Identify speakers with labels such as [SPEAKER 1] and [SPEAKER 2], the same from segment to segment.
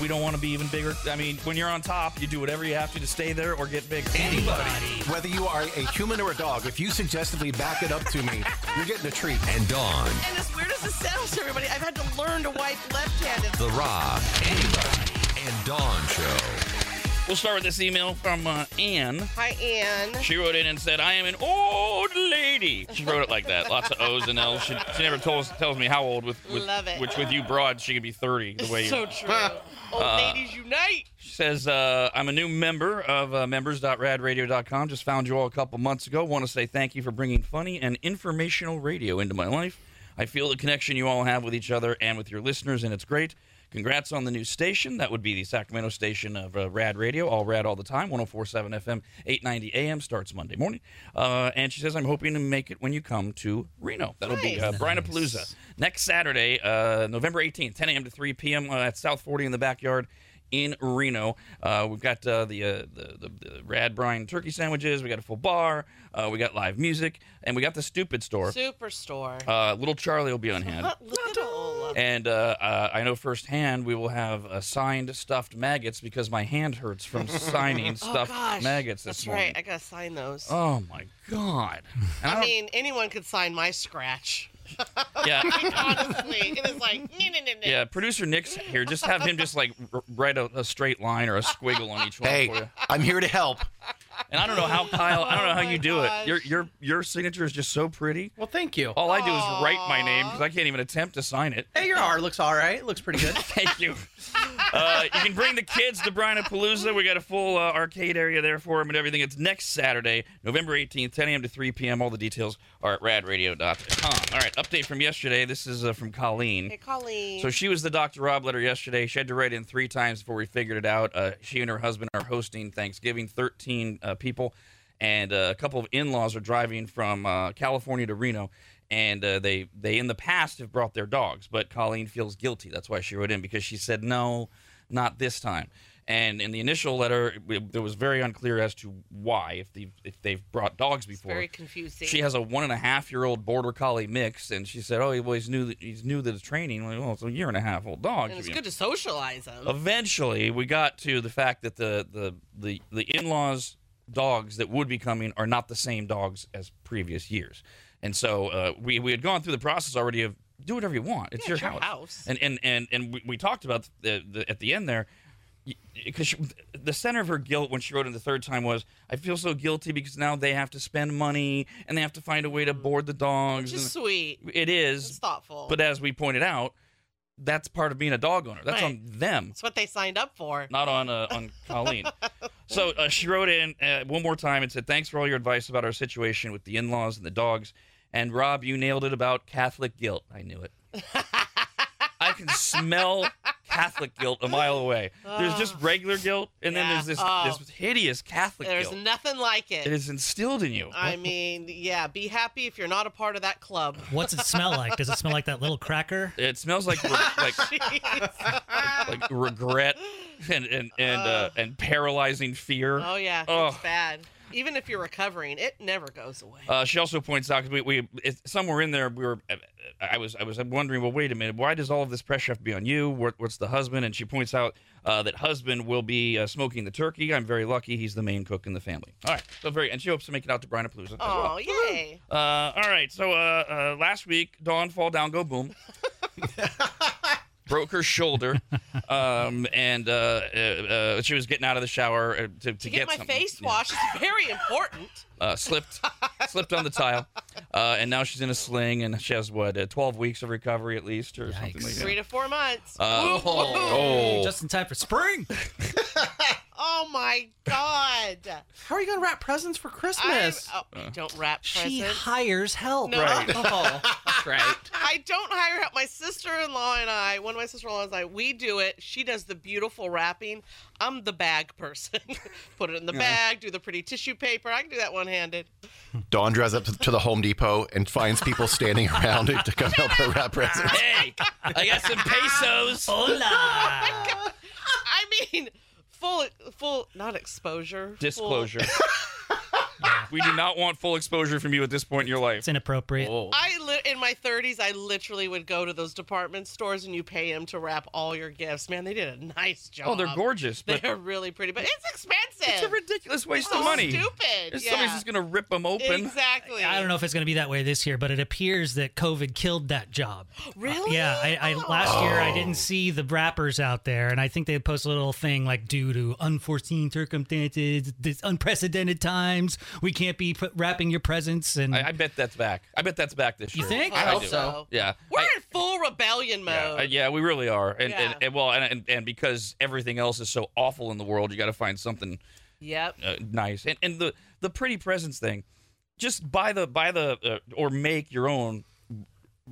[SPEAKER 1] we don't want to be even bigger. I mean, when you're on top, you do whatever you have to to stay there or get bigger.
[SPEAKER 2] Anybody, whether you are a human or a dog, if you suggestively back it up to me, you're getting a treat.
[SPEAKER 3] and Dawn,
[SPEAKER 4] And as weird as this sounds, everybody, I've had to learn to wipe left-handed.
[SPEAKER 3] The Rob, Anybody, and Dawn Show.
[SPEAKER 1] We'll start with this email from uh, Anne.
[SPEAKER 4] Hi, Anne.
[SPEAKER 1] She wrote in and said, "I am an old lady." She wrote it like that, lots of O's and L's. She, she never tells tells me how old. With, with
[SPEAKER 4] Love it.
[SPEAKER 1] which with you broad, she could be thirty. The way you
[SPEAKER 4] so true. Old
[SPEAKER 1] Uh,
[SPEAKER 4] ladies unite.
[SPEAKER 1] She says, uh, I'm a new member of uh, members.radradio.com. Just found you all a couple months ago. Want to say thank you for bringing funny and informational radio into my life. I feel the connection you all have with each other and with your listeners, and it's great. Congrats on the new station. That would be the Sacramento station of uh, Rad Radio, all rad all the time, 1047 FM, 890 AM, starts Monday morning. Uh, and she says, I'm hoping to make it when you come to Reno. That'll be uh,
[SPEAKER 4] Nice.
[SPEAKER 1] Brinapalooza next Saturday, uh, November 18th, 10 a.m. to 3 p.m. Uh, at South 40 in the backyard in Reno. Uh, we've got uh, the, uh, the, the the rad brine turkey sandwiches. We got a full bar. Uh, we got live music, and we got the stupid store.
[SPEAKER 4] Superstore.
[SPEAKER 1] Uh, little Charlie will be on hand.
[SPEAKER 4] What little.
[SPEAKER 1] And uh, uh, I know firsthand we will have uh, signed stuffed maggots because my hand hurts from signing stuffed
[SPEAKER 4] Oh, gosh.
[SPEAKER 1] maggots this
[SPEAKER 4] That's
[SPEAKER 1] morning.
[SPEAKER 4] right. I gotta sign those.
[SPEAKER 1] Oh my god! And
[SPEAKER 4] I
[SPEAKER 1] don't-
[SPEAKER 4] mean, anyone could sign my scratch.
[SPEAKER 1] yeah,
[SPEAKER 4] Honestly, it is like, no, no, no, no.
[SPEAKER 1] Yeah, producer Nick's here. Just have him just like r- write a, a straight line or a squiggle on each one
[SPEAKER 2] Hey,
[SPEAKER 1] for you.
[SPEAKER 2] I'm here to help.
[SPEAKER 1] And I don't know how Kyle. I don't know
[SPEAKER 4] Oh
[SPEAKER 1] how
[SPEAKER 4] my
[SPEAKER 1] you do
[SPEAKER 4] gosh.
[SPEAKER 1] it. Your your your signature is just so pretty.
[SPEAKER 5] Well, thank you.
[SPEAKER 4] Oh.
[SPEAKER 1] All I do is write my name because I can't even attempt to sign it.
[SPEAKER 5] Hey, your R looks all right. Looks pretty good.
[SPEAKER 1] Thank you. Uh, you can bring the kids to Brian Palooza. We got a full uh, arcade area there for them and everything. It's next Saturday, November 18th, 10 a.m. to 3 p.m. All the details are at radradio.com. All right, update from yesterday. This is uh, from Colleen.
[SPEAKER 4] Hey, Colleen.
[SPEAKER 1] So she was the Dr. Rob letter yesterday. She had to write in three times before we figured it out. Uh, she and her husband are hosting Thanksgiving, 13 uh, people, and uh, a couple of in laws are driving from uh, California to Reno. And uh, they, they, in the past, have brought their dogs, but Colleen feels guilty. That's why she wrote in because she said, no, not this time. And in the initial letter, it, it was very unclear as to why, if they've, if they've brought dogs before.
[SPEAKER 4] Very confusing.
[SPEAKER 1] She has a one and a half year old border collie mix, and she said, "Oh, well, he's new. He's new to the training. Like, well, it's a year and a half old dog."
[SPEAKER 4] and it's
[SPEAKER 1] You know.
[SPEAKER 4] good to socialize them.
[SPEAKER 1] Oh, Eventually, we got to the fact that the the the, the in laws dogs that would be coming are not the same dogs as previous years, and so uh, we we had gone through the process already of do whatever you want. It's
[SPEAKER 4] Yeah,
[SPEAKER 1] your,
[SPEAKER 4] it's your
[SPEAKER 1] house.
[SPEAKER 4] house.
[SPEAKER 1] And and and and we, we talked about the, the at the end there because the center of her guilt when she wrote it the third time was I feel so guilty because now they have to spend money and they have to find a way to board the dogs.
[SPEAKER 4] Which is sweet.
[SPEAKER 1] And it
[SPEAKER 4] Mm. It's
[SPEAKER 1] is,
[SPEAKER 4] thoughtful.
[SPEAKER 1] but as we pointed out, that's part of being a dog owner. That's
[SPEAKER 4] Right.
[SPEAKER 1] on them
[SPEAKER 4] it's what they signed up for.
[SPEAKER 1] not on uh, on Colleen. So uh, she wrote in uh, one more time and said, "Thanks for all your advice about our situation with the in-laws and the dogs." And Rob, you nailed it about Catholic guilt. I knew it. I can smell Catholic guilt a mile away. There's just regular guilt, and then
[SPEAKER 4] Oh. Yeah.
[SPEAKER 1] there's this
[SPEAKER 4] Oh.
[SPEAKER 1] this hideous Catholic
[SPEAKER 4] There's
[SPEAKER 1] guilt.
[SPEAKER 4] nothing like it.
[SPEAKER 1] it is instilled in you.
[SPEAKER 4] I mean, yeah, be happy if you're not a part of that club.
[SPEAKER 6] What's it smell like? Does it smell like that little cracker?
[SPEAKER 1] It smells like re- like like regret and and and uh, and paralyzing fear.
[SPEAKER 4] oh yeah,
[SPEAKER 1] Oh.
[SPEAKER 4] it's bad. Even if you're recovering, it never goes away.
[SPEAKER 1] Uh, she also points out 'cause we, we it's, somewhere in there we were uh, I was I was wondering well wait a minute why does all of this pressure have to be on you what, what's the husband and she points out uh, that husband will be uh, smoking the turkey I'm very lucky he's the main cook in the family all right so very and she hopes to make it out to Brian Palooza
[SPEAKER 4] oh yay!
[SPEAKER 1] uh, all right so uh, uh, last week Dawn fall down go boom broke her shoulder um, and uh, uh, uh, she was getting out of the shower uh, to, to,
[SPEAKER 4] To get, my
[SPEAKER 1] something.
[SPEAKER 4] face
[SPEAKER 1] Yeah
[SPEAKER 4] washed is very important.
[SPEAKER 1] uh, slipped slipped on the tile, uh, and now she's in a sling, and she has what uh, twelve weeks of recovery at least, or something like
[SPEAKER 4] Three
[SPEAKER 1] that.
[SPEAKER 4] to four months.
[SPEAKER 1] Uh, oh,
[SPEAKER 6] Just in time for spring.
[SPEAKER 4] oh my god!
[SPEAKER 5] How are you gonna wrap presents for
[SPEAKER 4] I'm,
[SPEAKER 5] Christmas?
[SPEAKER 4] oh,
[SPEAKER 1] Uh.
[SPEAKER 4] I don't wrap
[SPEAKER 6] She
[SPEAKER 4] presents.
[SPEAKER 6] hires help.
[SPEAKER 4] No. Right.
[SPEAKER 5] Oh, that's right.
[SPEAKER 4] I don't hire help. My sister-in-law and I, one of my sister-in-laws and I, we do it. She does the beautiful wrapping. I'm the bag person. Put it in the bag, do the pretty tissue paper. I can do that one-handed.
[SPEAKER 2] Dawn drives up to the Home Depot and finds people standing around to come help her wrap presents.
[SPEAKER 1] hey, I got some pesos.
[SPEAKER 6] Hola.
[SPEAKER 4] I mean, full, full, not exposure. full-
[SPEAKER 1] Disclosure. we do not want full exposure from you at this point in your life.
[SPEAKER 6] It's inappropriate.
[SPEAKER 5] Oh.
[SPEAKER 4] I li- li- in my 30s, I literally would go to those department stores and you pay them to wrap all your gifts. Man, they did a nice job.
[SPEAKER 1] Oh, they're gorgeous, but
[SPEAKER 4] They're really pretty, but it's expensive.
[SPEAKER 1] it's a ridiculous waste
[SPEAKER 4] So
[SPEAKER 1] of money.
[SPEAKER 4] Stupid.
[SPEAKER 1] If
[SPEAKER 4] yeah.
[SPEAKER 1] Somebody's just gonna rip them open.
[SPEAKER 4] Exactly.
[SPEAKER 6] I don't know if it's going to be that way this year, but it appears that COVID killed that job.
[SPEAKER 4] Really? Oh.
[SPEAKER 6] Yeah, I, I last year I didn't see the rappers out there, and I think they posted a little thing like, due to unforeseen circumstances, this unprecedented times, we can't be p- wrapping your presents. And
[SPEAKER 1] I, I bet that's back. I bet that's back this
[SPEAKER 6] You
[SPEAKER 1] year.
[SPEAKER 6] think?
[SPEAKER 1] I,
[SPEAKER 5] I hope
[SPEAKER 1] do.
[SPEAKER 5] so.
[SPEAKER 1] Yeah.
[SPEAKER 4] We're
[SPEAKER 1] I-
[SPEAKER 4] in full rebellion mode.
[SPEAKER 1] Yeah, uh, yeah, we really are, and,
[SPEAKER 4] Yeah.
[SPEAKER 1] and, and well, and, and and because everything else is so awful in the world, you got to find something
[SPEAKER 4] Yep.
[SPEAKER 1] uh, nice. And and the the pretty presents thing, just buy the buy the uh, or make your own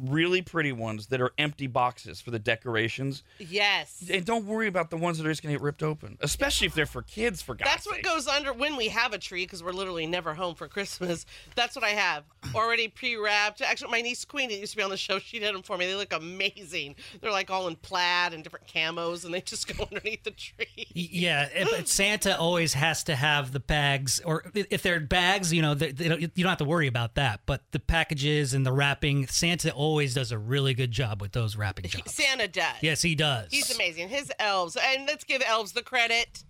[SPEAKER 1] really pretty ones that are empty boxes for the decorations,
[SPEAKER 4] Yes.
[SPEAKER 1] and don't worry about the ones that are just gonna get ripped open, especially if they're for kids. For God's
[SPEAKER 4] That's what
[SPEAKER 1] sake.
[SPEAKER 4] goes under when we have a tree because we're literally never home for Christmas. That's what I have already pre-wrapped. Actually, my niece Queen that used to be on the show, she did them for me. They look amazing. They're like all in plaid and different camos, and they just go underneath the tree.
[SPEAKER 6] Y- Yeah, eh, but Santa always has to have the bags, or i- if they're bags, you know, they, they don't, you don't have to worry about that. But the packages and the wrapping, Santa always does a really good job with those wrapping jobs.
[SPEAKER 4] Santa does.
[SPEAKER 6] yes, he does.
[SPEAKER 4] he's amazing. His elves, and let's give elves the credit.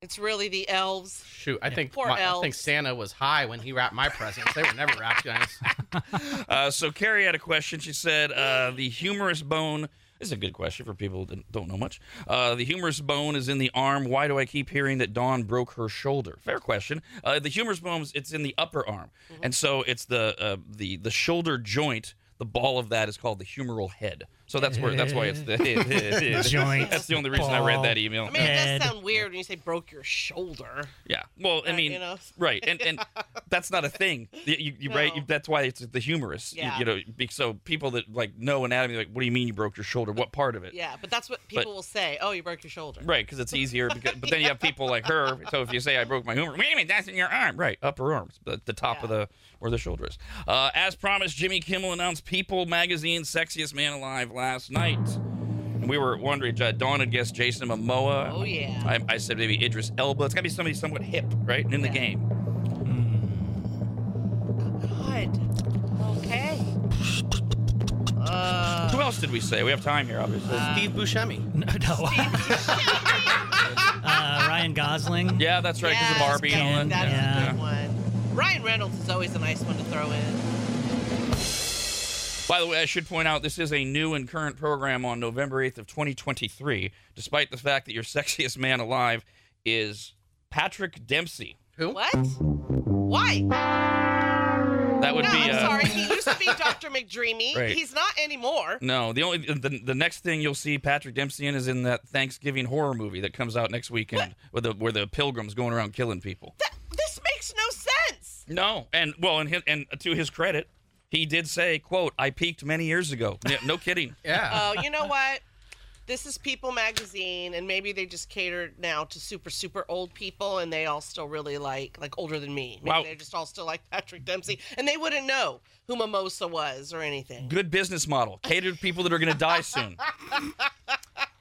[SPEAKER 4] It's really the elves.
[SPEAKER 5] Shoot, I think
[SPEAKER 4] Poor
[SPEAKER 5] my- I
[SPEAKER 4] elves.
[SPEAKER 5] think Santa was high when he wrapped my presents. They were never wrapped nice.
[SPEAKER 1] Uh, so Carrie had a question. She said, uh, "The humorous bone." This is a good question for people that don't know much. Uh, the humorous bone is in the arm. Why do I keep hearing that Dawn broke her shoulder? Fair question. Uh, the humorous bone is it's in the upper arm,
[SPEAKER 4] Mm-hmm.
[SPEAKER 1] and so it's the uh, the the shoulder joint. The ball of that is called the humeral head. So that's where that's why it's the
[SPEAKER 6] Joint,
[SPEAKER 1] That's the only reason I read
[SPEAKER 6] ball.
[SPEAKER 1] that email.
[SPEAKER 4] I mean, it
[SPEAKER 6] Head.
[SPEAKER 4] does sound weird when you say broke your shoulder.
[SPEAKER 1] Yeah. Well, I
[SPEAKER 4] Right,
[SPEAKER 1] mean,
[SPEAKER 4] Uh, you know?
[SPEAKER 1] right, and and that's not a thing. You, you, you- right? You,
[SPEAKER 4] No.
[SPEAKER 1] that's why it's the humorous. You- You,
[SPEAKER 4] Yeah.
[SPEAKER 1] know, be- so people that like know anatomy, like, what do you mean you broke your shoulder? What part of it?
[SPEAKER 4] Yeah, but that's what people will say. Oh, you broke your shoulder.
[SPEAKER 1] Right, because it's easier. Because, but then you have people like her. So if you say I broke my humor, wait a minute, that's in your arm, right? Upper arms, the, the top of the where the shoulder is. Uh, as promised, Jimmy Kimmel announced People Magazine Sexiest Man Alive last night. And we were wondering. Uh, Dawn had guessed Jason Momoa.
[SPEAKER 4] Oh, yeah.
[SPEAKER 1] I, I said maybe Idris Elba. It's gotta be somebody somewhat hip, right, and in the
[SPEAKER 4] Yeah.
[SPEAKER 1] game.
[SPEAKER 4] God. Okay. Uh,
[SPEAKER 1] Who else did we say? We have time here, obviously.
[SPEAKER 5] Steve Buscemi.
[SPEAKER 6] No, no. uh, Ryan Gosling.
[SPEAKER 1] yeah, that's right. Because
[SPEAKER 4] yes,
[SPEAKER 1] of Barbie and all that.
[SPEAKER 4] That's
[SPEAKER 1] yeah.
[SPEAKER 4] a good one. Ryan Reynolds is always a nice one to throw in.
[SPEAKER 1] By the way, I should point out this is a new and current program on November 8th of 2023, despite the fact that your sexiest man alive is Patrick Dempsey.
[SPEAKER 5] Who?
[SPEAKER 4] What? Why?
[SPEAKER 1] That would
[SPEAKER 4] no,
[SPEAKER 1] be.
[SPEAKER 4] I'm
[SPEAKER 1] uh,
[SPEAKER 4] sorry. He used to be Dr. McDreamy.
[SPEAKER 1] Right.
[SPEAKER 4] He's not anymore.
[SPEAKER 1] No, the only the, the next thing you'll see Patrick Dempsey in is in that Thanksgiving horror movie that comes out next weekend, where the where the pilgrims going around killing people.
[SPEAKER 4] That, this makes no sense.
[SPEAKER 1] No, and well, and his, and to his credit, he did say, "quote I peaked many years ago." Yeah, no kidding.
[SPEAKER 5] Yeah.
[SPEAKER 4] Oh, you know what? This is People magazine, and maybe they just cater now to super, super old people, and they all still really like, like older than me. Maybe
[SPEAKER 1] Wow.
[SPEAKER 4] they're just all still like Patrick Dempsey, and they wouldn't know who Mimosa was or anything.
[SPEAKER 1] good business model catered to people that are going to die soon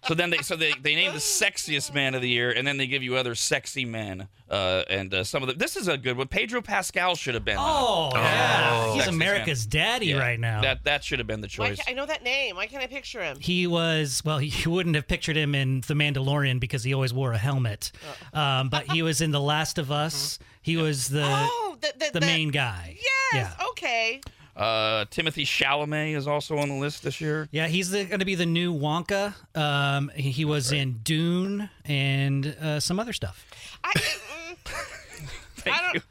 [SPEAKER 1] so then they so they, they name the sexiest man of the year and then they give you other sexy men uh, and uh, some of the this is a good one pedro pascal should have been on it.
[SPEAKER 6] Oh, yeah.
[SPEAKER 1] Sexiest
[SPEAKER 6] He's
[SPEAKER 1] man.
[SPEAKER 6] America's daddy
[SPEAKER 1] Yeah.
[SPEAKER 6] right now.
[SPEAKER 1] that that should have been the
[SPEAKER 4] Why
[SPEAKER 1] choice
[SPEAKER 4] can't, I know that name. Why can't I picture him?
[SPEAKER 6] he was well you wouldn't have pictured him in the mandalorian because he always wore a helmet
[SPEAKER 4] Uh.
[SPEAKER 6] um, but he was in the last of us he was the
[SPEAKER 4] Mm-hmm. oh, the, the,
[SPEAKER 6] the main guy
[SPEAKER 4] Yes.
[SPEAKER 6] yeah
[SPEAKER 4] Okay.
[SPEAKER 1] uh, timothy chalamet is also on the list this year
[SPEAKER 6] yeah, he's going to be the new Wonka. Um, he, he was in Dune and uh, some other stuff.
[SPEAKER 4] I, mm, I don't.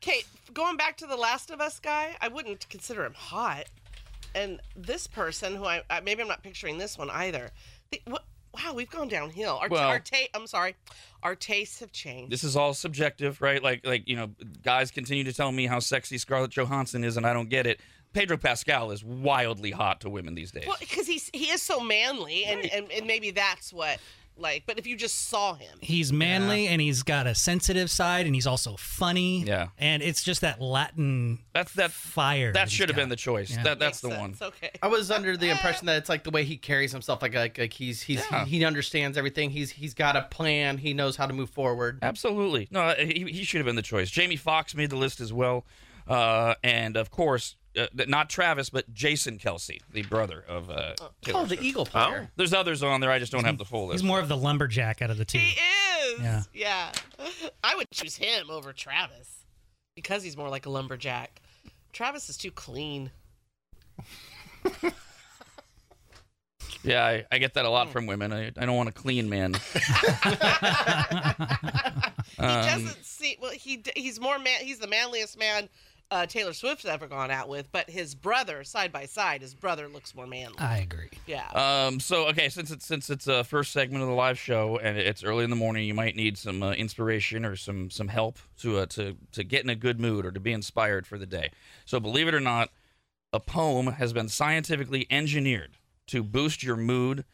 [SPEAKER 4] Kate, going back to the Last of Us guy, I wouldn't consider him hot. And this person, who I, I maybe I'm not picturing this one either. The, what, wow, we've gone downhill. Our,
[SPEAKER 1] Well-
[SPEAKER 4] our ta- I'm sorry, our tastes have changed.
[SPEAKER 1] this is all subjective right like like you know guys continue to tell me how sexy scarlett johansson is and i don't get it pedro pascal is wildly hot to women these days
[SPEAKER 4] well, because he's he is so manly, and, and and maybe that's what like. But if you just saw him,
[SPEAKER 6] He's manly and he's got a sensitive side and he's also funny.
[SPEAKER 1] Yeah.
[SPEAKER 6] And it's just that Latin
[SPEAKER 1] that's that
[SPEAKER 6] fire.
[SPEAKER 1] that
[SPEAKER 6] he's
[SPEAKER 1] should have
[SPEAKER 6] got.
[SPEAKER 1] been the choice
[SPEAKER 6] Yeah.
[SPEAKER 1] that that's
[SPEAKER 4] makes
[SPEAKER 1] the one Oh.
[SPEAKER 4] sense. Okay.
[SPEAKER 5] I was under
[SPEAKER 4] uh,
[SPEAKER 5] the impression that it's like the way he carries himself, like like, like he's he's
[SPEAKER 1] Yeah.
[SPEAKER 5] he, he understands everything. He's he's got a plan. He knows how to move forward.
[SPEAKER 1] Absolutely. No, he, he should have been the choice. Jamie Foxx made the list as well. Uh, and of course, uh, not Travis, but Jason Kelsey, the brother of uh, Taylor.
[SPEAKER 5] Oh, the Eagle player.
[SPEAKER 1] There's others on there. I just don't have the full
[SPEAKER 6] He's
[SPEAKER 1] list.
[SPEAKER 6] more of the lumberjack out of the two.
[SPEAKER 4] He is.
[SPEAKER 6] Yeah.
[SPEAKER 4] Yeah. I would choose him over Travis because he's more like a lumberjack. Travis is too clean.
[SPEAKER 1] Yeah, I, I get that a lot from women. I, I don't want a clean man.
[SPEAKER 4] He
[SPEAKER 1] Um,
[SPEAKER 4] doesn't see. Well, he d- he's more man. He's the manliest man uh, Taylor Swift's ever gone out with. But his brother, side by side, his brother looks more manly.
[SPEAKER 6] I agree.
[SPEAKER 4] yeah.
[SPEAKER 1] Um, so okay, since it's since it's uh, first segment of the live show and it's early in the morning, you might need some uh, inspiration or some some help to uh, to to get in a good mood or to be inspired for the day. So believe it or not, a poem has been scientifically engineered to boost your mood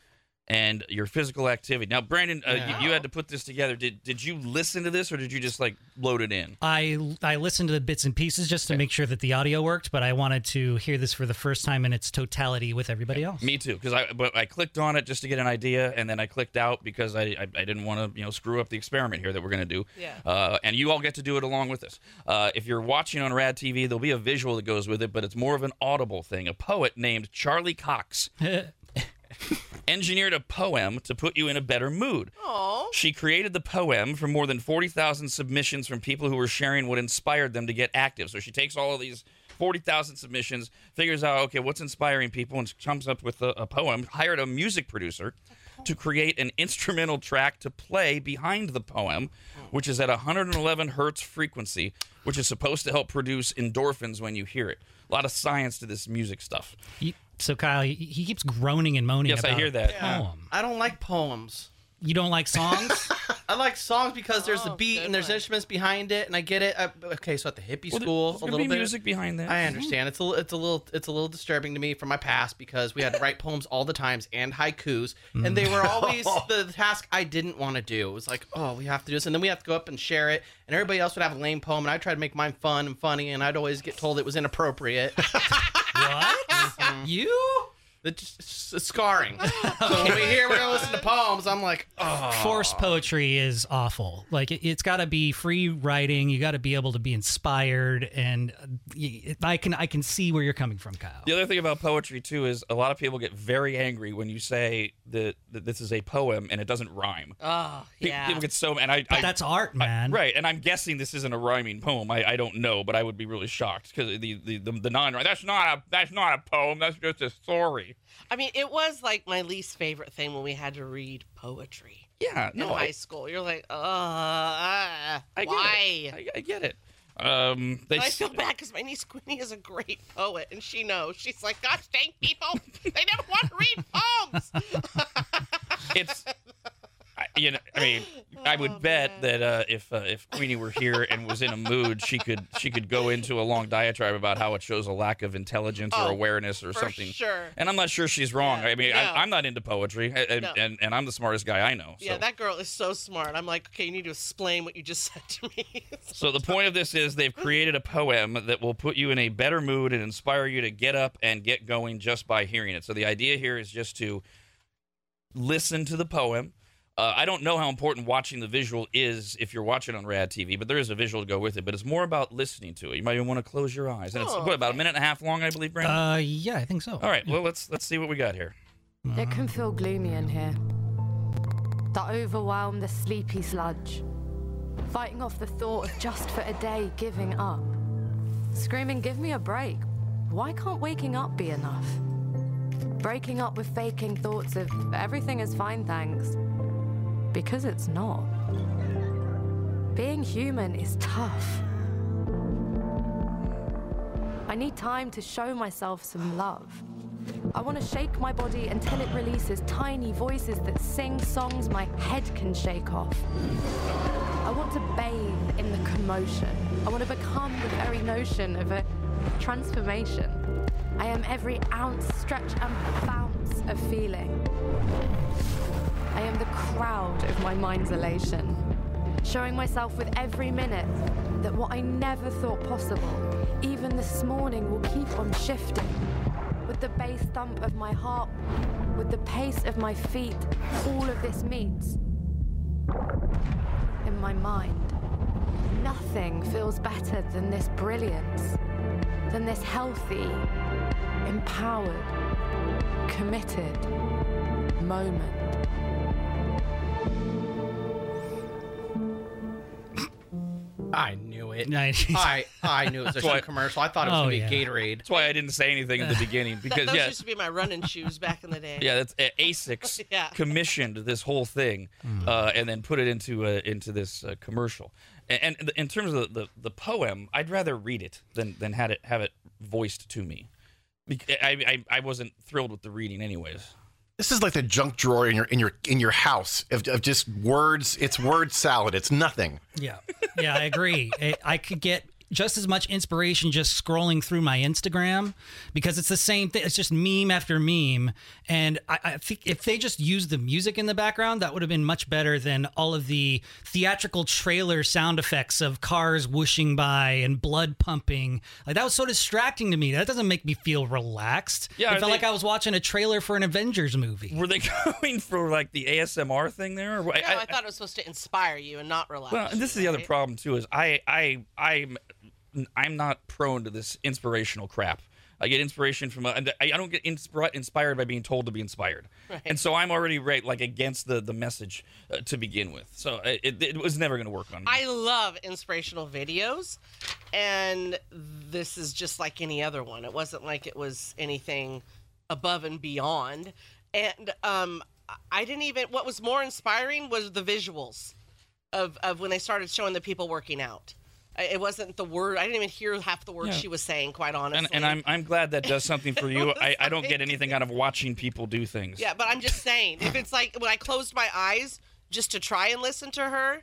[SPEAKER 1] and your physical activity. Now, Brandon, uh, you, you had to put this together. Did did you listen to this or did you just like load it in?
[SPEAKER 6] I I listened to the bits and pieces just to make sure that the audio worked, but I wanted to hear this for the first time in its totality with everybody else.
[SPEAKER 1] Me too, because I but I clicked on it just to get an idea, and then I clicked out because I I, I didn't want to you know screw up the experiment here that we're gonna do.
[SPEAKER 4] Yeah.
[SPEAKER 1] Uh, and you all get to do it along with us. Uh, if you're watching on Rad TV, there'll be a visual that goes with it, but it's more of an audible thing. A poet named Charlie Cox engineered a poem to put you in a better mood.
[SPEAKER 4] Oh,
[SPEAKER 1] She created the poem from more than 40,000 submissions from people who were sharing what inspired them to get active. So she takes all of these 40,000 submissions, figures out, okay, what's inspiring people, and comes up with a, a poem, hired a music producer to create an instrumental track to play behind the poem, which is at 111 hertz frequency, which is supposed to help produce endorphins when you hear it. A lot of science to this music stuff.
[SPEAKER 6] You- so Kyle, he, he keeps groaning and moaning.
[SPEAKER 1] Yes, I
[SPEAKER 6] about
[SPEAKER 1] hear
[SPEAKER 6] a
[SPEAKER 1] that.
[SPEAKER 6] Poem.
[SPEAKER 5] I don't like poems.
[SPEAKER 6] You don't like songs?
[SPEAKER 5] I like songs because there's the
[SPEAKER 4] Oh,
[SPEAKER 5] beat
[SPEAKER 4] good
[SPEAKER 5] and there's
[SPEAKER 4] one.
[SPEAKER 5] instruments behind it, and I get it. I, okay, so at the hippie school,
[SPEAKER 1] There's
[SPEAKER 5] a
[SPEAKER 1] gonna
[SPEAKER 5] little
[SPEAKER 1] be
[SPEAKER 5] bit.
[SPEAKER 1] music behind that.
[SPEAKER 5] I understand. It's a li- it's a little it's a little disturbing to me from my past because we had to write poems all the times and haikus,
[SPEAKER 6] Mm.
[SPEAKER 5] and they were always the task I didn't want to do. It was like, oh, we have to do this, and then we have to go up and share it, and everybody else would have a lame poem, and I tried to make mine fun and funny, and I'd always get told it was inappropriate.
[SPEAKER 6] what? You?
[SPEAKER 5] it's, just- it's scarring.
[SPEAKER 6] Oh.
[SPEAKER 5] so when we hear we're gonna listen to poems, I'm like, oh,
[SPEAKER 6] Forced poetry is awful. Like it, it's got to be free writing. You got to be able to be inspired, and uh, y- I can I can see where you're coming from, Kyle.
[SPEAKER 1] The other thing about poetry too is a lot of people get very angry when you say that, that this is a poem and it doesn't rhyme.
[SPEAKER 4] oh,
[SPEAKER 1] Pe-
[SPEAKER 4] yeah.
[SPEAKER 1] People get so and I, I
[SPEAKER 6] That's art, man.
[SPEAKER 1] right, and I'm guessing this isn't a rhyming poem. I, I don't know, but I would be really shocked because the the, the, the non that's not a that's not a poem. That's just a story.
[SPEAKER 4] I mean, it was like my least favorite thing when we had to read poetry
[SPEAKER 1] Yeah,
[SPEAKER 4] in
[SPEAKER 1] no,
[SPEAKER 4] high
[SPEAKER 1] I,
[SPEAKER 4] school. You're like, uh,
[SPEAKER 1] I
[SPEAKER 4] uh
[SPEAKER 1] get
[SPEAKER 4] why?
[SPEAKER 1] it. I, I get it. Um, they
[SPEAKER 4] And I
[SPEAKER 1] s-
[SPEAKER 4] feel bad because my niece Quinny is a great poet, and she knows. She's like, gosh dang people, they never want to read poems.
[SPEAKER 1] it's I- you know i mean i would
[SPEAKER 4] Oh,
[SPEAKER 1] bet
[SPEAKER 4] man.
[SPEAKER 1] that uh, if uh, if queenie were here and was in a mood she could she could go into a long diatribe about how it shows a lack of intelligence or
[SPEAKER 4] Oh,
[SPEAKER 1] awareness or
[SPEAKER 4] for
[SPEAKER 1] something
[SPEAKER 4] sure.
[SPEAKER 1] and i'm not sure she's wrong
[SPEAKER 4] Yeah,
[SPEAKER 1] i mean
[SPEAKER 4] no.
[SPEAKER 1] I, i'm not into poetry and,
[SPEAKER 4] No.
[SPEAKER 1] and and i'm the smartest guy i know so.
[SPEAKER 4] Yeah, that girl is so smart. I'm like, okay, you need to explain what you just said to me.
[SPEAKER 1] So the point of this is they've created a poem that will put you in a better mood and inspire you to get up and get going just by hearing it. So the idea here is just to listen to the poem. Uh, I don't know how important watching the visual is if you're watching on Rad TV, but there is a visual to go with it. But it's more about listening to it. You might even want to close your eyes, and it's
[SPEAKER 4] Oh,
[SPEAKER 1] what about a minute and a half long, I believe, Brandon.
[SPEAKER 6] Uh, yeah, I think so.
[SPEAKER 1] All right, well let's let's see what we got here.
[SPEAKER 7] It can feel gloomy in here. That overwhelm, the sleepy sludge. Fighting off the thought of just for a day giving up. Screaming, give me a break. Why can't waking up be enough? Breaking up with faking thoughts of everything is fine, thanks. Because it's not. Being human is tough. I need time to show myself some love. I want to shake my body until it releases tiny voices that sing songs my head can shake off. I want to bathe in the commotion. I want to become the very notion of a transformation. I am every ounce, stretch, and bounce of feeling. I am the crowd of my mind's elation, showing myself with every minute that what I never thought possible, even this morning, will keep on shifting with the bass thump of my heart, with the pace of my feet, all of this meets. In my mind, nothing feels better than this brilliance. than this healthy, empowered, committed moment.
[SPEAKER 5] I knew it.
[SPEAKER 6] Nice.
[SPEAKER 5] I I knew it was a shoe
[SPEAKER 1] why-
[SPEAKER 5] commercial. I thought it was
[SPEAKER 6] Oh,
[SPEAKER 5] gonna be
[SPEAKER 6] yeah.
[SPEAKER 5] Gatorade.
[SPEAKER 1] That's why I didn't say anything in the beginning because
[SPEAKER 4] Those
[SPEAKER 1] yeah,
[SPEAKER 4] used to be my running shoes back in the day.
[SPEAKER 1] yeah, that's uh, Asics
[SPEAKER 4] Yeah.
[SPEAKER 1] commissioned this whole thing uh, and then put it into uh, into this uh, commercial. A- And, and in terms of the, the, the poem, I'd rather read it than than had it have it voiced to me. Bec- I, I I wasn't thrilled with the reading anyways.
[SPEAKER 2] This is like the junk drawer in your in your in your house of, of just words. It's word salad. It's nothing.
[SPEAKER 6] Yeah, yeah, I agree. I, I could get just as much inspiration just scrolling through my Instagram because it's the same thing. It's just meme after meme, and I, I think if they just used the music in the background, that would have been much better than all of the theatrical trailer sound effects of cars whooshing by and blood pumping. Like that was so distracting to me. That doesn't make me feel relaxed.
[SPEAKER 1] Yeah,
[SPEAKER 6] it
[SPEAKER 1] I
[SPEAKER 6] felt
[SPEAKER 1] think-
[SPEAKER 6] like I was watching a trailer for an Avengers movie.
[SPEAKER 1] Were they going for like the ASMR thing there? Or, what?
[SPEAKER 4] No, I, thought it was supposed to inspire you and not relax.
[SPEAKER 1] Well, Uh, and this is the other
[SPEAKER 4] right?
[SPEAKER 1] problem too is I I I'm I'm not prone to this inspirational crap. I get inspiration from I I don't get inspir- inspired by being told to be inspired, and so I'm already right like against the the message uh, to begin with. So it, it, it was never going to work on me.
[SPEAKER 4] I love inspirational videos, and this is just like any other one. It wasn't like it was anything above and beyond. And um, I- I didn't even. What was more inspiring was the visuals of of when they started showing the people working out. I- It wasn't the word. I didn't even hear half the words
[SPEAKER 1] Yeah.
[SPEAKER 4] she was saying. Quite honestly,
[SPEAKER 1] and, and I'm I'm glad that does something for you. I, I don't get anything out of watching people do things.
[SPEAKER 4] Yeah, but I'm just saying, if it's like when I closed my eyes just to try and listen to her,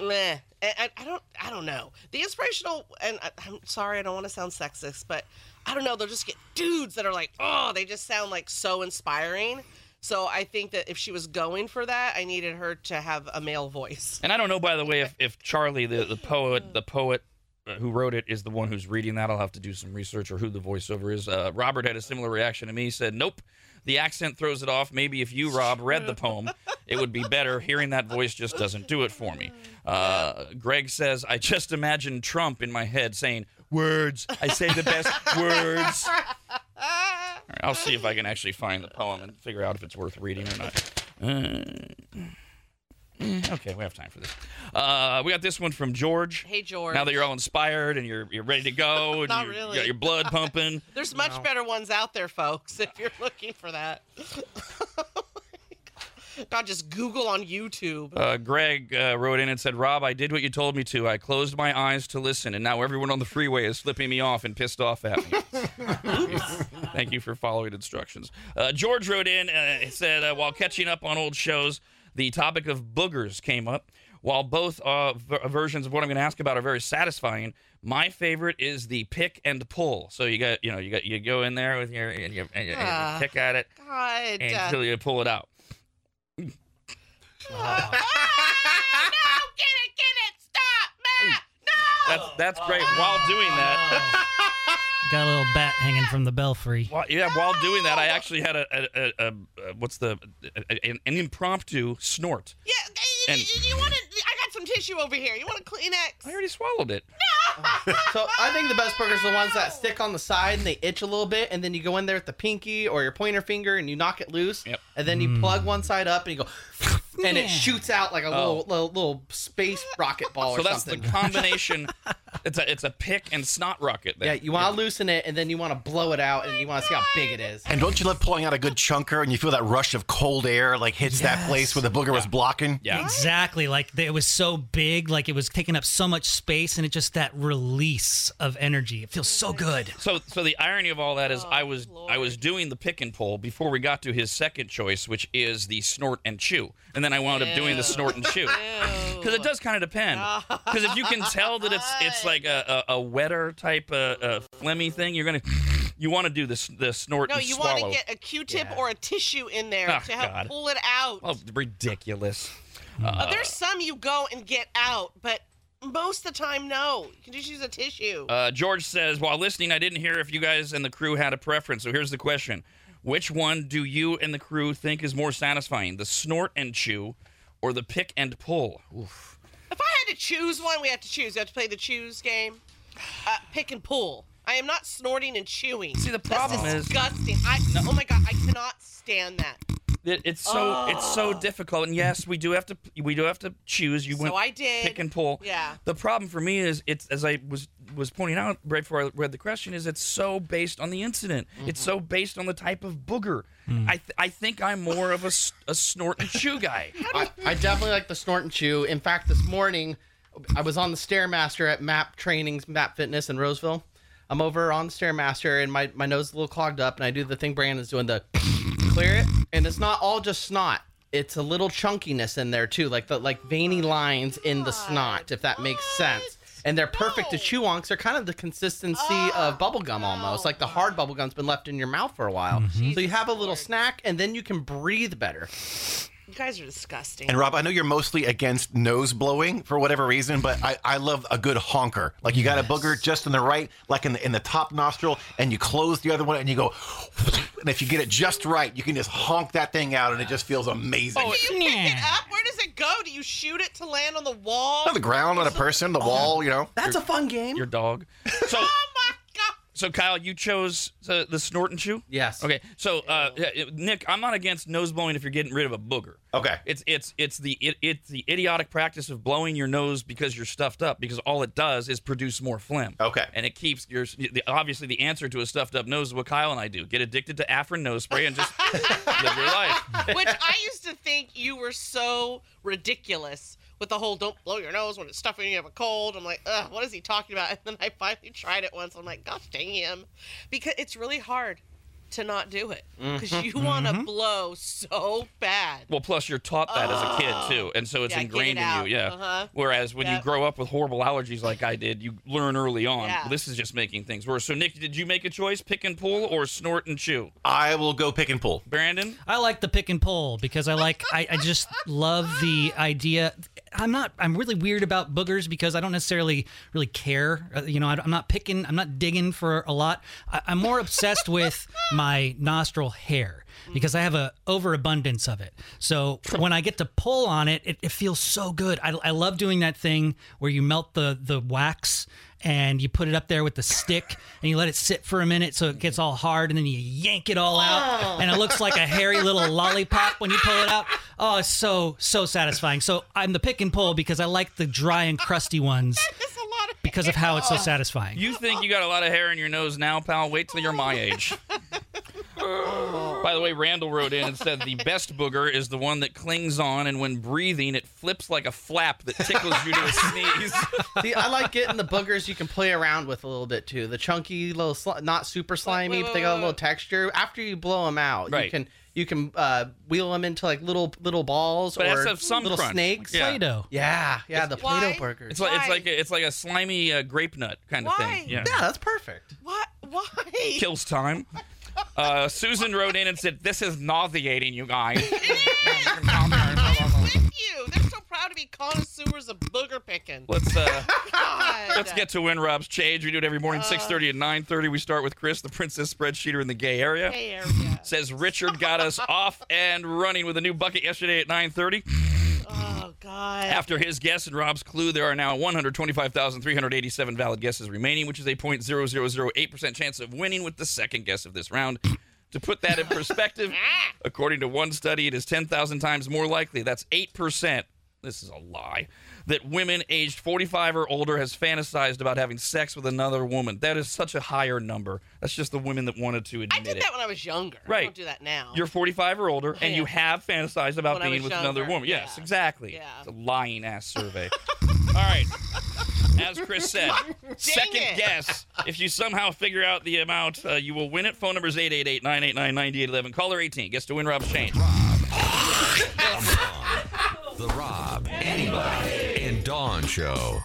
[SPEAKER 4] meh. I, I- I don't, I don't know. The inspirational, and I, I'm sorry, I don't want to sound sexist, but I don't know. They'll just get dudes that are like, oh, they just sound like so inspiring. So I think that if she was going for that, I needed her to have a male voice.
[SPEAKER 1] And I don't know, by the way, if, if Charlie, the, the poet, the poet uh, who wrote it, is the one who's reading that. I'll have to do some research or who the voiceover is. Uh, Robert had a similar reaction to me. He said, "Nope, the accent throws it off. Maybe if you, Rob, read the poem, it would be better. Hearing that voice just doesn't do it for me." Uh, Greg says, "I just imagine Trump in my head saying." Words. I say the best words. All right, I'll see if I can actually find the poem and figure out if it's worth reading or not. Uh, eh, Okay, we have time for this. Uh, we got this one from George.
[SPEAKER 4] Hey, George.
[SPEAKER 1] Now that you're all inspired and you're you're ready to go, and
[SPEAKER 4] Not
[SPEAKER 1] you
[SPEAKER 4] really.
[SPEAKER 1] got your blood pumping.
[SPEAKER 4] There's much better ones out there, folks, if you're looking for that. Oh God, just Google on YouTube.
[SPEAKER 1] Uh, Greg uh, wrote in and said, "Rob, I did what you told me to. I closed my eyes to listen, and now everyone on the freeway is flipping me off and pissed off at me." Thank you for following instructions. Uh, George wrote in uh, and said, uh, while catching up on old shows, the topic of boogers came up. While both uh, ver- versions of what I'm going to ask about are very satisfying, my favorite is the pick and pull. So you got, you know, you got, you go in there with your, and you, and you, and you
[SPEAKER 4] Ah.
[SPEAKER 1] pick at it
[SPEAKER 4] God. uh,
[SPEAKER 1] until you pull it out.
[SPEAKER 4] no, Oh, get it, get it, stop, Matt, no.
[SPEAKER 1] That's that's great. While doing that.
[SPEAKER 6] Got a little bat hanging from the belfry.
[SPEAKER 1] While, yeah, while doing that, I actually had a, a, a, a, a what's the a, an, an impromptu snort.
[SPEAKER 4] Yeah, y- y-
[SPEAKER 1] And-
[SPEAKER 4] y- you want to? I got some tissue over here. You want a Kleenex?
[SPEAKER 1] I already swallowed it.
[SPEAKER 5] So I think the best burgers are the ones that stick on the side and they itch a little bit, and then you go in there with the pinky or your pointer finger and you knock it loose,
[SPEAKER 1] Yep.
[SPEAKER 5] and then you plug one side up and you go, and
[SPEAKER 6] Yeah.
[SPEAKER 5] it shoots out like a little, little little space rocket ball or
[SPEAKER 1] Oh. so that's
[SPEAKER 5] something.
[SPEAKER 1] the combination. it's a it's a pick and snot rocket. There.
[SPEAKER 5] yeah, you want to loosen it, and then you want to blow it out, and you want to see how big it is.
[SPEAKER 2] And don't you love pulling out a good chunker and you feel that rush of cold air like hits that place where the booger was blocking?
[SPEAKER 1] yeah.
[SPEAKER 6] Exactly. Like th- it was so big, like it was taking up so much space, and it just that release of energy. It feels so good.
[SPEAKER 1] So so the irony of all that is
[SPEAKER 4] Oh,
[SPEAKER 1] I was I was doing the pick and pull before we got to his second choice, which is the snort and chew, and then I wound up doing the snort and chew. Because it does kind of depend. Because if you can tell that it's it's like a, a, a wetter type, uh, a, a phlegmy thing, you're gonna you want to do this the snort
[SPEAKER 4] No,
[SPEAKER 1] and
[SPEAKER 4] you
[SPEAKER 1] swallow.
[SPEAKER 4] want to get a Q-tip or a tissue in there
[SPEAKER 1] Oh,
[SPEAKER 4] to help
[SPEAKER 1] God.
[SPEAKER 4] pull it out.
[SPEAKER 1] Oh, ridiculous.
[SPEAKER 4] Uh, There's some you go and get out, but most of the time, no. You can just use a tissue.
[SPEAKER 1] Uh, George says, while listening, I didn't hear if you guys and the crew had a preference. So here's the question Which one do you and the crew think is more satisfying, the snort and chew or the pick and pull? Oof.
[SPEAKER 4] if I had to choose one, we have to choose. We have to play the choose game. Uh, pick and pull. I am not snorting and chewing.
[SPEAKER 1] See, the problem
[SPEAKER 4] That's
[SPEAKER 1] is-
[SPEAKER 4] disgusting. I oh my god, I cannot stand that.
[SPEAKER 1] It, it's so it's so difficult. And yes, we do have to we do have to choose. You
[SPEAKER 4] Oh. So
[SPEAKER 1] went
[SPEAKER 4] I did.
[SPEAKER 1] pick and pull.
[SPEAKER 4] Yeah.
[SPEAKER 1] The problem for me is it's as I was was pointing out right before I read the question is it's so based on the incident.
[SPEAKER 4] Mm-hmm.
[SPEAKER 1] It's so based on the type of booger. I th- I think I'm more of a, s- a snort and chew guy.
[SPEAKER 5] I, I definitely like the snort and chew. In fact, this morning I was on the Stairmaster at MAP Trainings, MAP Fitness in Roseville. I'm over on the Stairmaster and my, my nose is a little clogged up, and I do the thing Brandon's doing the clear it. And it's not all just snot. It's a little chunkiness in there too, like the like veiny lines in the snot, if that makes sense. And they're perfect to chew on because they're kind of the consistency of bubble gum almost, like the hard bubble gum's been left in your mouth for a while.
[SPEAKER 2] Mm-hmm.
[SPEAKER 5] So you have a little snack, and then you can breathe better.
[SPEAKER 4] You guys are disgusting.
[SPEAKER 2] And Rob, I know you're mostly against nose blowing for whatever reason, but I, I love a good honker. Like you got a booger just in the right, like in the, in the top nostril, and you close the other one and you go, and if you get it just right, you can just honk that thing out and it just feels amazing.
[SPEAKER 4] Do you pick Oh, it
[SPEAKER 6] Yeah.
[SPEAKER 4] up? Where does it go? Do you shoot it to land on the wall?
[SPEAKER 2] on the ground, on a person, the wall, you know.
[SPEAKER 5] That's a fun game.
[SPEAKER 1] Your dog. So
[SPEAKER 4] Oh my god.
[SPEAKER 1] so Kyle, you chose the, the snort and chew.
[SPEAKER 5] Yes.
[SPEAKER 1] Okay. So uh, yeah, Nick, I'm not against nose blowing if you're getting rid of a booger.
[SPEAKER 2] Okay.
[SPEAKER 1] It's it's it's the it, it's the idiotic practice of blowing your nose because you're stuffed up because all it does is produce more phlegm.
[SPEAKER 4] Oh.
[SPEAKER 2] Okay.
[SPEAKER 1] And it keeps your the, obviously the answer to a stuffed up nose is what Kyle and I do: get addicted to Afrin nose spray and just live your life.
[SPEAKER 4] Which I used to think you were so ridiculous with the whole don't blow your nose when it's stuffy and you have a cold. I'm like, ugh, what is he talking about? And then I finally tried it once. I'm like, gosh dang him. Because it's really hard to not do it because you want to blow so bad.
[SPEAKER 1] Mm-hmm. Well, plus you're taught that as a kid too, and so it's
[SPEAKER 4] Oh. Yeah, get it
[SPEAKER 1] ingrained in
[SPEAKER 4] out.
[SPEAKER 1] you. Yeah.
[SPEAKER 4] Uh-huh.
[SPEAKER 1] Whereas when you
[SPEAKER 4] Yep.
[SPEAKER 1] grow up with horrible allergies like I did, you learn early on.
[SPEAKER 4] Yeah.
[SPEAKER 1] "Well, this is just making things worse. So Nick, did you make a choice: pick and pull or snort and chew?
[SPEAKER 2] I will go pick and pull.
[SPEAKER 1] Brandon.
[SPEAKER 6] I like the pick and pull because I like I, I just love the idea. I'm not I'm really weird about boogers because I don't necessarily really care. Uh, You know, I, am not picking, I'm not digging for a lot. I, I'm more obsessed with my nostril hair because I have a overabundance of it. So when I get to pull on it, it, it feels so good. I, I love doing that thing where you melt the the wax and you put it up there with the stick and you let it sit for a minute so it gets all hard and then you yank it all
[SPEAKER 4] Oh.
[SPEAKER 6] out and it looks like a hairy little lollipop when you pull it out. Oh, it's so so satisfying. So I'm the pick and pull because I like the dry and crusty ones
[SPEAKER 4] That's a lot of
[SPEAKER 6] because of how it's so satisfying.
[SPEAKER 1] You think you got a lot of hair in your nose now, pal? Wait till you're my age. By the way, Randall wrote in and said the best booger is the one that clings on, and when breathing, it flips like a flap that tickles you to a sneeze.
[SPEAKER 5] See, I like getting the boogers you can play around with a little bit too. The chunky little, sli- not super slimy, but they got a little texture. After you blow them out,
[SPEAKER 1] Right.
[SPEAKER 5] you can you can uh, wheel them into like little little balls
[SPEAKER 1] But
[SPEAKER 5] or
[SPEAKER 1] that's of some
[SPEAKER 5] little
[SPEAKER 1] crunch.
[SPEAKER 5] snakes.
[SPEAKER 1] Yeah.
[SPEAKER 6] Play-Doh.
[SPEAKER 5] yeah, yeah, the
[SPEAKER 4] Why?
[SPEAKER 5] Play-Doh burgers.
[SPEAKER 1] It's like it's
[SPEAKER 4] Why?
[SPEAKER 1] like a, it's like a slimy uh, grape nut kind of
[SPEAKER 4] Why?
[SPEAKER 1] thing. Yeah.
[SPEAKER 5] yeah, that's perfect.
[SPEAKER 4] What? Why?
[SPEAKER 1] Kills time. Uh, Susan wrote in and said, "This is nauseating, you guys."
[SPEAKER 4] I'm with you. They're so proud to be connoisseurs of booger picking.
[SPEAKER 1] Let's uh,
[SPEAKER 4] God.
[SPEAKER 1] Let's get to Win Rob's Change. We do it every morning, 6.30 and 9.30. We start with Chris, the princess spreadsheeter in the gay area.
[SPEAKER 4] Hey, area.
[SPEAKER 1] Says Richard got us off and running with a new bucket yesterday at 9.30.
[SPEAKER 4] Oh God.
[SPEAKER 1] After his guess and Rob's clue, there are now 125,387 valid guesses remaining, which is a 0.0008% chance of winning with the second guess of this round. To put that in perspective, according to one study, it is 10,000 times more likely, that's 8%, this is a lie, that women aged 45 or older has fantasized about having sex with another woman. That is such a higher number. That's just the women that wanted to admit
[SPEAKER 4] I did
[SPEAKER 1] it.
[SPEAKER 4] that when I was younger. I
[SPEAKER 1] Right.
[SPEAKER 4] don't do that now.
[SPEAKER 1] You're 45 or older, and
[SPEAKER 4] yeah.
[SPEAKER 1] you have fantasized about
[SPEAKER 4] When I
[SPEAKER 1] being
[SPEAKER 4] was
[SPEAKER 1] with another
[SPEAKER 4] younger,
[SPEAKER 1] woman. Yes,
[SPEAKER 4] yeah.
[SPEAKER 1] exactly.
[SPEAKER 4] Yeah.
[SPEAKER 1] It's a lying ass survey. All right. As Chris said, second
[SPEAKER 4] it.
[SPEAKER 1] guess. If you somehow figure out the amount, uh, you will win it. Phone number is 888 989 9811. Caller 18 gets to win Rob's change.
[SPEAKER 3] The Rob, Anybody, and Dawn Show.